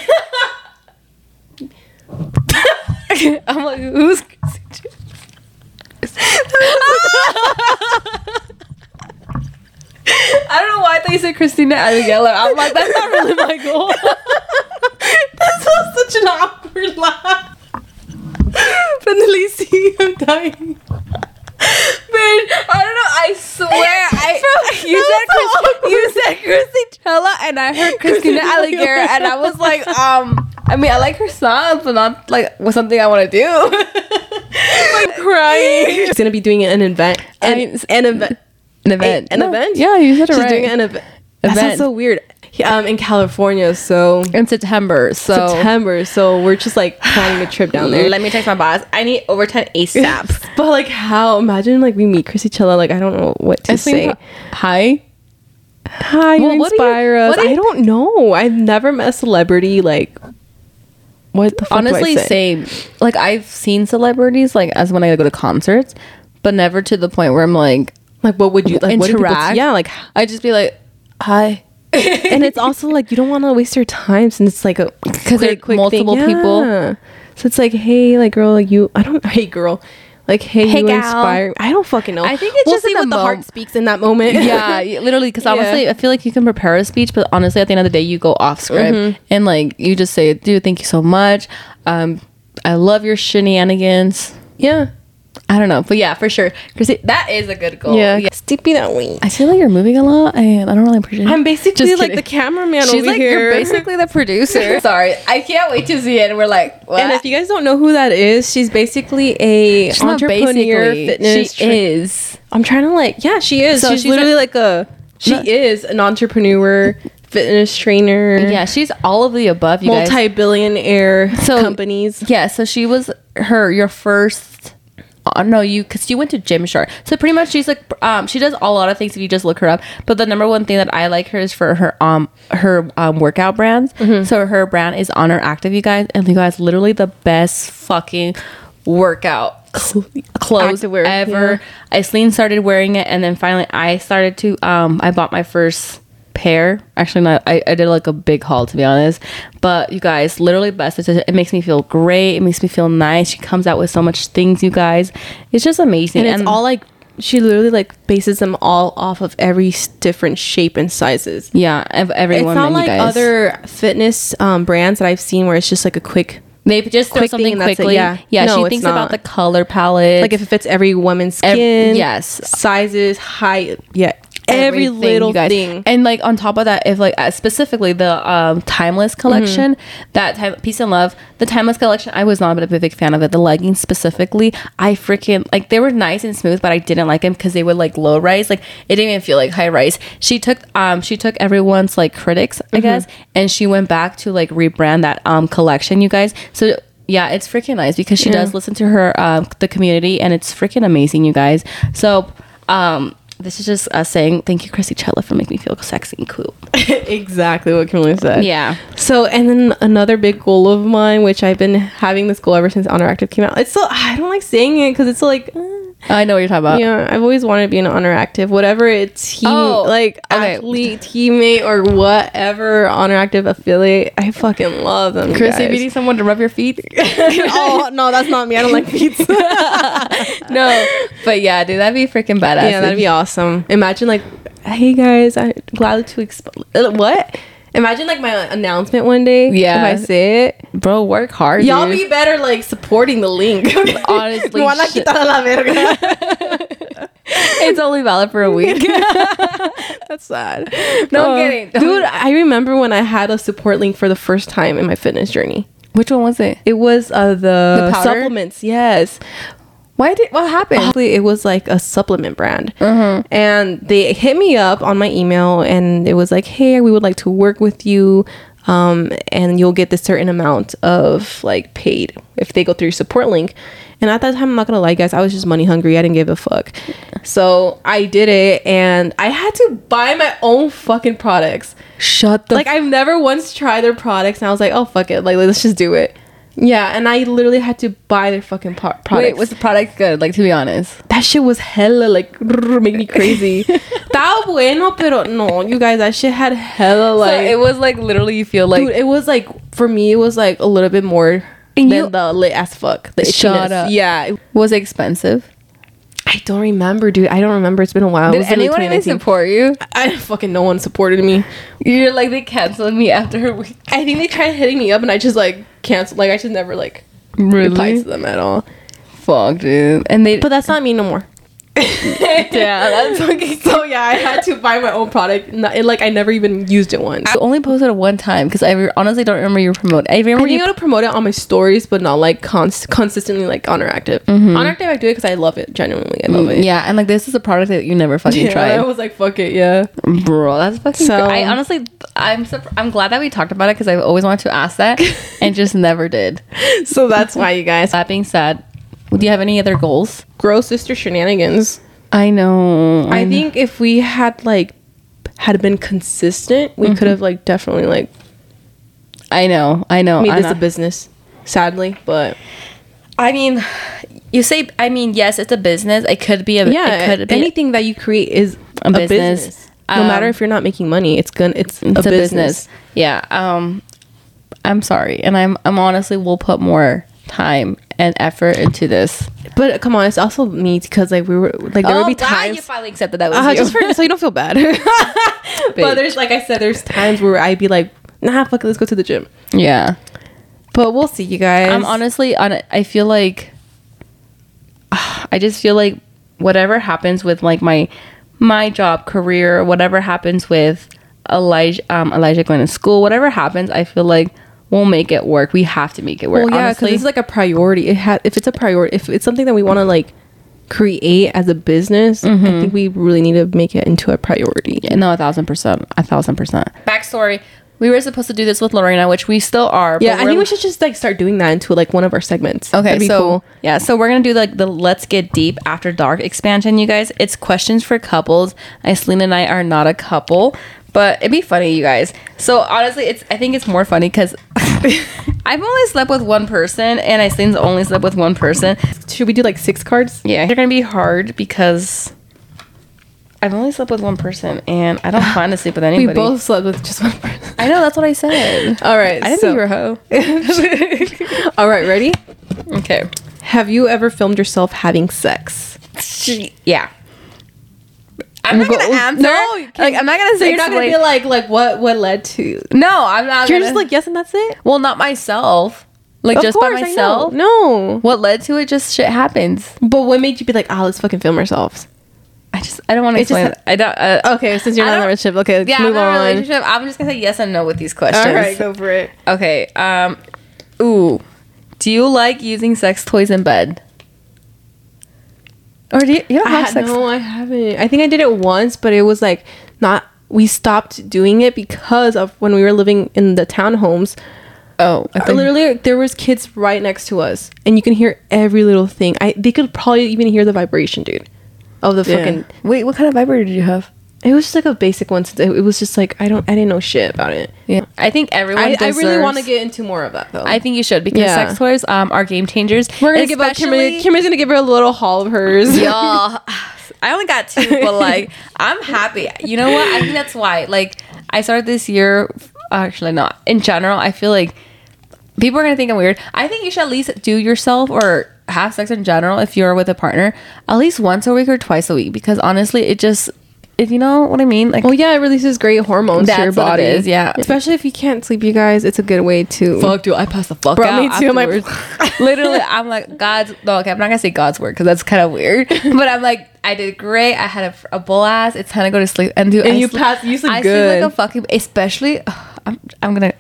[LAUGHS] I'm like, who's? [LAUGHS] I don't know why I thought you said Christina Aguilera. I'm like, that's not really my goal. [LAUGHS] that's was such an awkward laugh. Finally, [LAUGHS] see, I'm dying. Bitch, I don't know. I [LAUGHS] swear, I Bro, you that said was so Chris, you said Chrissy Chella, and I heard Christina Christina Aguilera, and I was like, um, I mean, I like her songs, but not like was something I want to do. [LAUGHS] I'm crying. She's gonna be doing an event. An, I- an event. An An event? Yeah, you said it She's right. doing an event. That sounds Event. so weird. Um, in California, so in September, so September. So we're just like planning a trip down there. me text my boss. I need overtime but like, how? Imagine like we meet Chrissy Chella. Like I don't know what to [LAUGHS] I say. say hi. Hi, Well, you what do you- inspire us. what do you- I don't know. I've never met a celebrity like. What the fuck do I honestly say? same like i've seen celebrities like as when i go to concerts but never to the point where i'm like Like, what would you like? What do people- Interact. yeah, like, i just be like hi and it's also like you don't want to waste your time since it's like a because there's quick multiple thing. people Yeah. So it's like, hey, like girl, like you. I don't. [LAUGHS] Hey, girl. Like, hey, Hey, you gal. inspire. I don't fucking know. I think it's we'll just see in what the the heart mom- speaks in that moment. yeah y- literally because honestly Yeah. i feel like you can prepare a speech but honestly at the end of the day you go off script Mm-hmm. and like you just say dude thank you so much um i love your shenanigans [LAUGHS] yeah, i don't know but yeah for sure because that is a good goal yeah. Steepy that way. Oh, i feel like you're moving a lot and i don't really appreciate it I'm basically Just like kidding. the cameraman She's over like, here. you're basically [LAUGHS] the producer. Sorry, I can't wait to see it. And we're like, what? And if you guys don't know who that is, she's basically a She's not entrepreneur basically. fitness. she tra- is. I'm trying to like, yeah, she is. So she's, she's literally like a. She Not- is an entrepreneur, fitness trainer. Yeah, she's all of the above. You guys. multi-billionaire So- companies. Yeah, so she was her your first. Uh, no, you because you went to Gymshark. So pretty much she's like um she does a lot of things if you just look her up. But the number one thing that I like her is for her um her um workout brands. So her brand is Honor Active, you guys, and you guys literally the best fucking workout clothes Activewear, ever. Aislinn started wearing it, and then finally I started to. Um, I bought my first pair. Actually, not. I, I did like a big haul to be honest. But you guys, literally best. It's just- it makes me feel great. It makes me feel nice. She comes out with so much things, you guys. It's just amazing. And, it's all like she literally like bases them all off of every s- different shape and sizes. yeah, of It's everyone. not you like guys. other fitness um, brands that I've seen where it's just like a quick. They just throw quick thing something and that's it, quickly. yeah. Yeah, No, she it's thinks not. about the color palette. Like if it fits every woman's skin, Ev- yes. sizes, height, yeah, every everything, little you guys. thing. And like on top of that, if like uh, specifically the um, Mm-hmm. timeless collection, that time peace and love, the timeless collection, I was not a big fan of it. The leggings specifically, I freaking like they were nice and smooth, but I didn't like them because they were like low rise. Like it didn't even feel like high rise. She took um she took everyone's like critics, Mm-hmm. I guess, and she went back to like rebrand that um collection, you guys. So yeah, it's freaking nice because she Mm-hmm. does listen to her um the community, and it's freaking amazing, you guys. So um this is just us saying thank you, Chrissy Chella, for making me feel sexy and cool. [LAUGHS] exactly what Kimberly said. Yeah. So, and then another big goal of mine, which I've been having this goal ever since Honor Active came out. It's so I don't like saying it because it's like, uh, I know what you're talking about. yeah, I've always wanted to be an honor active, whatever it's team, Oh, like okay. athlete, teammate, or whatever honor active affiliate. I fucking love them. Chrissy, guys. if [LAUGHS] you need someone to rub your [LAUGHS] feet. oh no, that's not me. I don't like [LAUGHS] pizza. [LAUGHS] no, but yeah, dude, that'd be freaking badass. yeah, that'd be awesome. Imagine like, hey guys, I'm glad to exp- uh, what? Imagine like my announcement one day. Yeah. if I say it, bro, work hard. y'all dude. be better like supporting the [LAUGHS] link. Honestly, Me van a shit. quitar a la verga. [LAUGHS] [LAUGHS] it's only valid for a [LAUGHS] week. That's sad. No, I'm Uh, kidding. dude. I remember when I had a support link for the first time in my fitness journey. Which one was it? It was uh, the, The powder? Oh. supplements. Yes. Why did what happened? Basically, it was like a supplement brand. Mm-hmm. And they hit me up on my email and it was like, hey, we would like to work with you. Um, and you'll get this certain amount of like paid if they go through your support link. And at that time, I'm not gonna lie, guys, I was just money hungry. I didn't give a fuck. So I did it and I had to buy my own fucking products. Shut the Like I've never once tried their products and I was like, oh fuck it, like let's just do it. Yeah, and I literally had to buy their fucking po- products Wait, was the product good? Like to be honest. that shit was hella like make [LAUGHS] me crazy. Estaba bueno, pero no, you guys, that shit had hella like. so it was like literally you feel like dude, it was like for me, it was like a little bit more And than you- the lit as fuck. The Shut itchiness. up. Yeah, it- was it expensive. I don't remember, dude. I don't remember. It's been a while. It Did was literally anyone even 2019. support you? I fucking no one supported me. You're like they canceled me after a week. I think they tried hitting me up, and I just like canceled. Like I just never like replied to them at all. Fuck, dude. And they But that's not me no more. [LAUGHS] yeah, that's fucking. [LAUGHS] So yeah, I had to buy my own product. Not, it, like I never even used it once. I only posted it one time because I re- honestly don't remember you promote. I remember I think you. I would promote it on my stories, but not like cons- consistently like on active. On active, I do it because I love it. Genuinely, I love it. Mm-hmm. Mm, Yeah, and like this is a product that you [LAUGHS] never fucking Yeah, I tried, was like, fuck it, yeah. [LAUGHS] bro. That's fucking. So- I honestly, I'm surp- I'm glad that we talked about it because I've always wanted to ask [LAUGHS] that and just never did. So that's why you guys That being said, do you have any other goals? grow sister shenanigans. I know. I think if we had like had been consistent, Mm-hmm. we could have like definitely like I know. I know. made I this know. a business. Sadly, but I mean, you say. I mean, yes, it's a business. It could be a. yeah, it could be anything that you create is A a business. business. no Um, matter if you're not making money, it's gonna it's, it's a, business. Yeah. Um, I'm sorry, and I'm I'm honestly will put more time and effort into this. But come on, it's also me because like we were like there would Oh, be [LAUGHS] times finally accepted [LAUGHS] that Uh, just for so you don't feel bad. Bitch. [LAUGHS] but there's like I said, there's times where I'd be like, nah, fuck it, let's go to the gym. [LAUGHS] yeah. But we'll see, you guys. I'm honestly on. I feel like [SIGHS] I just feel like whatever happens with like my my job career, whatever happens with Elijah, um, Elijah going to school, whatever happens, I feel like we'll make it work. We have to make it work. Well, yeah, because honestly. it's like a priority. It ha- if it's a priority, if it's something that we want to like create as a business, I think we really need to make it into a priority. Mm-hmm. Yeah, no, a thousand percent, a thousand percent. Backstory: We were supposed to do this with Lorena, which we still are. Yeah, I think we should just like start doing that into like one of our segments. Okay, That'd be so cool. yeah, so we're gonna do like the Let's Get Deep After Dark expansion, you guys. It's questions for couples. Iceline and I are not a couple, but it'd be funny, you guys. So honestly, it's I think it's more funny because [LAUGHS] I've only slept with one person, and Iceline's only slept with one person. should we do like six cards? Yeah, they're gonna be hard because I've only slept with one person, and [LAUGHS] I don't plan to sleep with anybody. We both slept with just one person. I know that's what I [LAUGHS] said. All right, I didn't so- think you were a hoe. [LAUGHS] All right, ready? Okay. Have you ever filmed yourself having sex? Yeah. I'm not gonna Go- answer. No, you can't- like I'm not gonna So say. you're not gonna explain- be like like what what led to you're No, I'm not. gonna, just like yes and that's it well, not myself. Like Of just course, I by know. myself. no What led to it? Just shit happens. but what made you be like ah let's fucking film ourselves I just I don't want to It just explain. ha- it. I don't. Uh, okay since you're I not in a don't- relationship okay let's yeah, move I'm not in a on relationship. I'm just gonna say yes and no with these questions. all right go for it Okay. Um. Ooh. Do you like using sex toys in bed? Or do you, you don't I have ha- sex? no I haven't I think I did it once but it was like not we stopped doing it because of when we were living in the townhomes Uh, Oh, I think- literally there was kids right next to us and you can hear every little thing I they could probably even hear the vibration dude of the Yeah. fucking Wait, what kind of vibrator did you have? It was just like a basic one. To do. It was just like I don't, I didn't know shit about it. Yeah, I think everyone. I, I really deserves- want to get into more of that though. I think you should because Yeah. sex toys um, are game changers. we're gonna give out Kimberly. Especially- Kimberly's gonna give her a little haul of hers. [LAUGHS] [LAUGHS] Y'all, I only got two, but like I'm happy. You know what? I think that's why. Like I started this year. Actually, not in general. I feel like people are gonna think I'm weird. I think you should at least do yourself or have sex in general if you're with a partner at least once a week or twice a week because honestly, it just if you know what I mean, like Well, yeah, it releases great hormones to your That's what body. it is, yeah. Especially if you can't sleep, you guys, it's a good way to. fuck, dude, I pass the fuck Bro, out. me too, my- afterwards. [LAUGHS] Literally, I'm like God's. No, okay, I'm not gonna say God's word because that's kind of [LAUGHS] weird. But I'm like, I did great. I had a, a bull ass. It's time to go to sleep. And do And you pass- you sleep I good. sleep like a fucking. Especially, I'm, I'm gonna.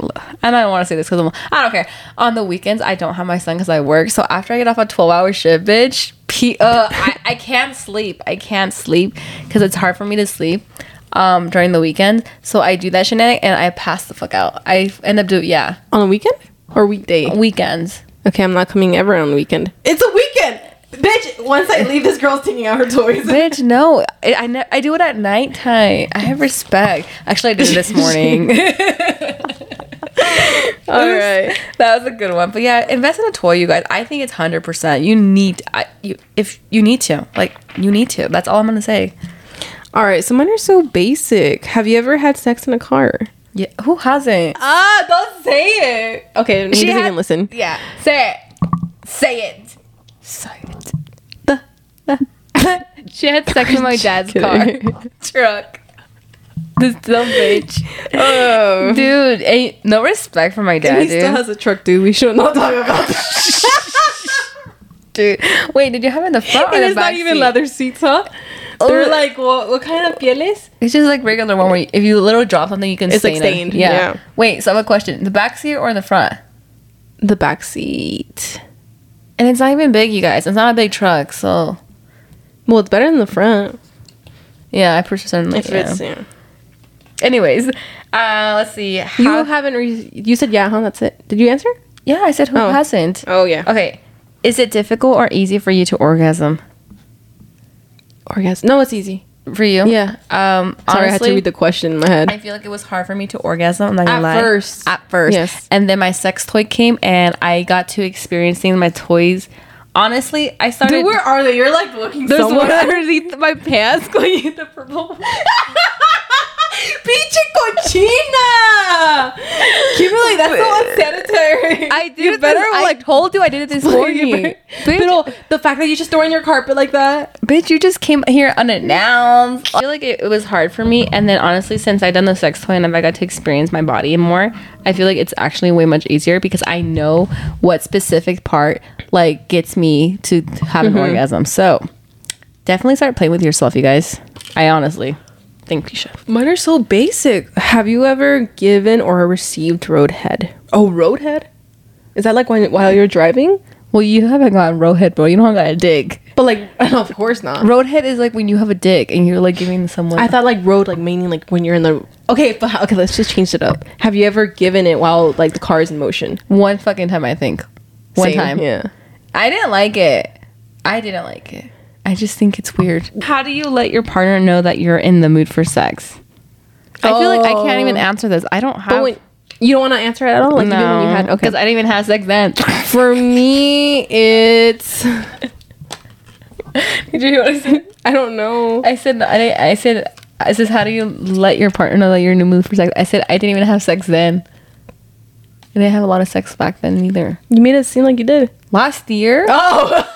And I don't want to say this because I'm. I don't care. On the weekends, I don't have my son because I work. So after I get off a 12 hour shift, bitch, p- uh, I, I can't sleep. I can't sleep because it's hard for me to sleep. Um, during the weekend, so I do that shenanigan and I pass the fuck out. I end up doing yeah On a weekend or weekday? weekends. Okay, I'm not coming ever on a weekend. It's a weekend! Bitch, once I leave, this girl's taking out her toys. Bitch, no, I I, ne- I do it at nighttime. I have respect. Actually, I [LAUGHS] did it this morning. All right. that was a good one. But yeah, invest in a toy, you guys. I think it's hundred percent. You need, I, you if you need to, like you need to. That's all I'm gonna say. [LAUGHS] All right, so mine are so basic. Have you ever had sex in a car? Yeah, who hasn't? Ah, don't say it. Okay, she doesn't had- even listen. Yeah, say it, say it, say it. [LAUGHS] She had sex [LAUGHS] in my dad's car, kidding. [LAUGHS] truck. This dumb bitch, Oh. dude. Ain't no respect for my [LAUGHS] dad, he dude. still has a truck, dude. We should not talk about this. [LAUGHS] Dude, wait, did you have it in the front or and the it's [LAUGHS] back not even seat? leather seats, huh? Ugh. They're like, what, what kind of pieles? It's just like regular one where you, if you literally drop something, you can It's, like, stain stained, It. Yeah. yeah. Wait, so I have a question: the back seat or in the front? The back seat. And it's not even big, you guys. It's not a big truck, so Well, it's better than the front. yeah, I personally. If Yeah. it's yeah. Anyways, uh, let's see. you How, haven't. Re- you said yeah, huh? That's it. Did you answer? yeah, I said who Oh. hasn't? Oh yeah. Okay, is it difficult or easy for you to orgasm? Orgasm. No, it's easy. For you? Yeah. Um. Sorry, I had to honestly, read the question in my head. I feel like it was hard for me to orgasm. I'm not gonna At lie. first. at first, Yes. And then my sex toy came, and I got to experiencing my toys. Honestly, I started. are they? You're like looking [LAUGHS] there's one underneath my pants going in the purple. Pinche cochina! Kimberly, that's so unsanitary. I did You it better this, I like told you I did it [LAUGHS] this morning. Pero, the fact that you just throw in your carpet like that. Bitch, you just came here unannounced. I feel like it, it was hard for me. And then honestly, since I done the sex toy and I got to experience my body more, I feel like it's actually way much easier because I know what specific part like gets me to have an orgasm. So definitely start playing with yourself, you guys. I honestly think you should. Mine are so basic. Have you ever given or received roadhead? Oh, roadhead? Is that like when while you're driving? Well, you haven't gotten roadhead, bro. You don't got a dig. But like, [LAUGHS] of course not. Roadhead is like when you have a dick and you're like giving someone. I thought like road, like meaning like when you're in the okay, but okay, let's just change it up. Have you ever given it while like the car is in motion? one fucking time, I think. One Same, time. yeah. I didn't like it. I didn't like it. I just think it's weird. How do you let your partner know that you're in the mood for sex? I feel like I can't even answer this. I don't have. But when, you don't want to answer it at all. Like even when you had okay. Because I didn't even have sex [LAUGHS] then. For me, it's Did you hear what I said? I don't know. I said no, I, didn't- I said I says how do you let your partner know that you're in the mood for sex? I said I didn't even have sex then. I didn't have a lot of sex back then either. You made it seem like you did. Last year. Oh, [LAUGHS]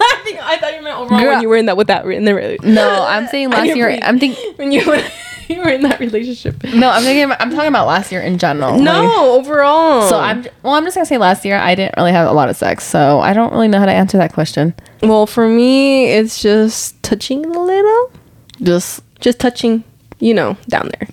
I think I thought you meant overall Girl. when you were in that with that in the No, I'm [LAUGHS] saying last year. I'm think [LAUGHS] when you when you were [LAUGHS] in that relationship. no. I'm thinking. about- I'm talking about last year in general. like- overall. So I'm well. I'm just gonna say last year I didn't really have a lot of sex, so I don't really know how to answer that question. well for me, it's just touching a little, Just just touching, you know, down there.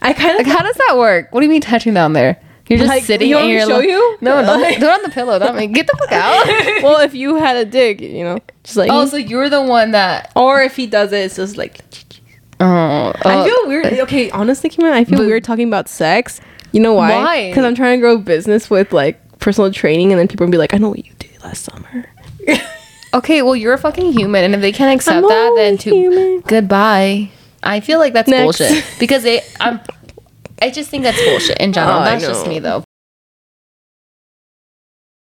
I kind [LAUGHS] like of how does that work? What do you mean touching down there? You're just Like, sitting. you want and me to you're show like- you? No, [LAUGHS] no, Like- they're on the pillow. Don't make get the fuck [LAUGHS] out. [LAUGHS] well, if you had a dig, you know, just like oh, so you're the one that. or if he does it, it's just like Oh, I feel weird. Okay, honestly, Kima, I feel But- weird talking about sex. You know why? Why? Because I'm trying to grow a business with like personal training, and then people will be like, "I know what you did last summer." Okay, well you're a fucking human, and if they can't accept I'm that, only then too. human. Goodbye. I feel like that's Next. bullshit because it. I'm, I just think that's bullshit in general. Oh, I that's just know. me though.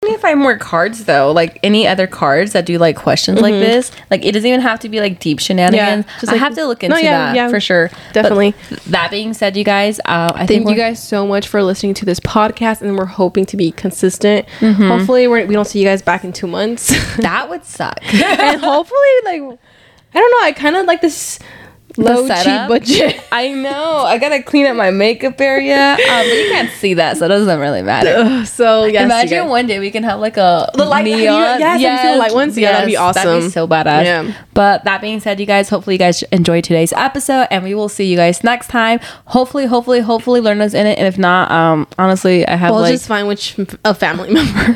Let me find more cards though, like any other cards that do like questions like this. Like it doesn't even have to be like deep shenanigans. Mm-hmm. Yeah, just I like- have to look No, into yeah, that yeah. for sure. Definitely. But that being said, you guys, uh, I think Thank you we're- guys so much for listening to this podcast, and we're hoping to be consistent. Mm-hmm. Hopefully, we're, we don't see you guys back in two [LAUGHS] months, that [LAUGHS] would suck. and hopefully, like I don't know, I kind of like this low cheap setup? budget. [LAUGHS] I know. I gotta clean up my makeup area, um, but you can't see that, so it doesn't really matter. Ugh, so yes, you guys- Imagine one day we can have like a The light- neon. yes, I'm seeing the light ones. Yeah, that'd be That'd be awesome. so badass. Yeah. But that being said, you guys, hopefully you guys enjoyed today's episode, and we will see you guys next time. Hopefully, hopefully, hopefully, learn us in it. And if not, um, honestly, I have We'll like just [LAUGHS] find which a family [LAUGHS] [LAUGHS] member.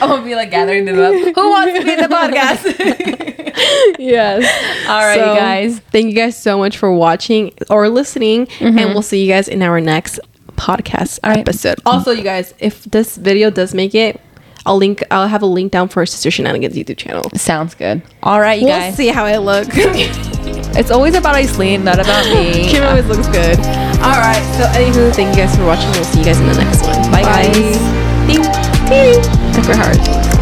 I'll be like gathering them up. Who wants to be [LAUGHS] in the podcast? yes. All right, So, you guys. Thank you guys so much for watching or listening, and we'll see you guys in our next podcast Mm-hmm. All right. episode. Also, you guys, if this video does make it, I'll link. I'll have a link down for Sister Shenanigans YouTube channel. Sounds good. All right, you we'll guys. see how I [LAUGHS] look. It's always about Iceland, not about me. [LAUGHS] Kim always looks good. All right. So, anywho, thank you guys for watching. We'll see you guys in the next one. Bye, guys. Ding. Ding. Super hard.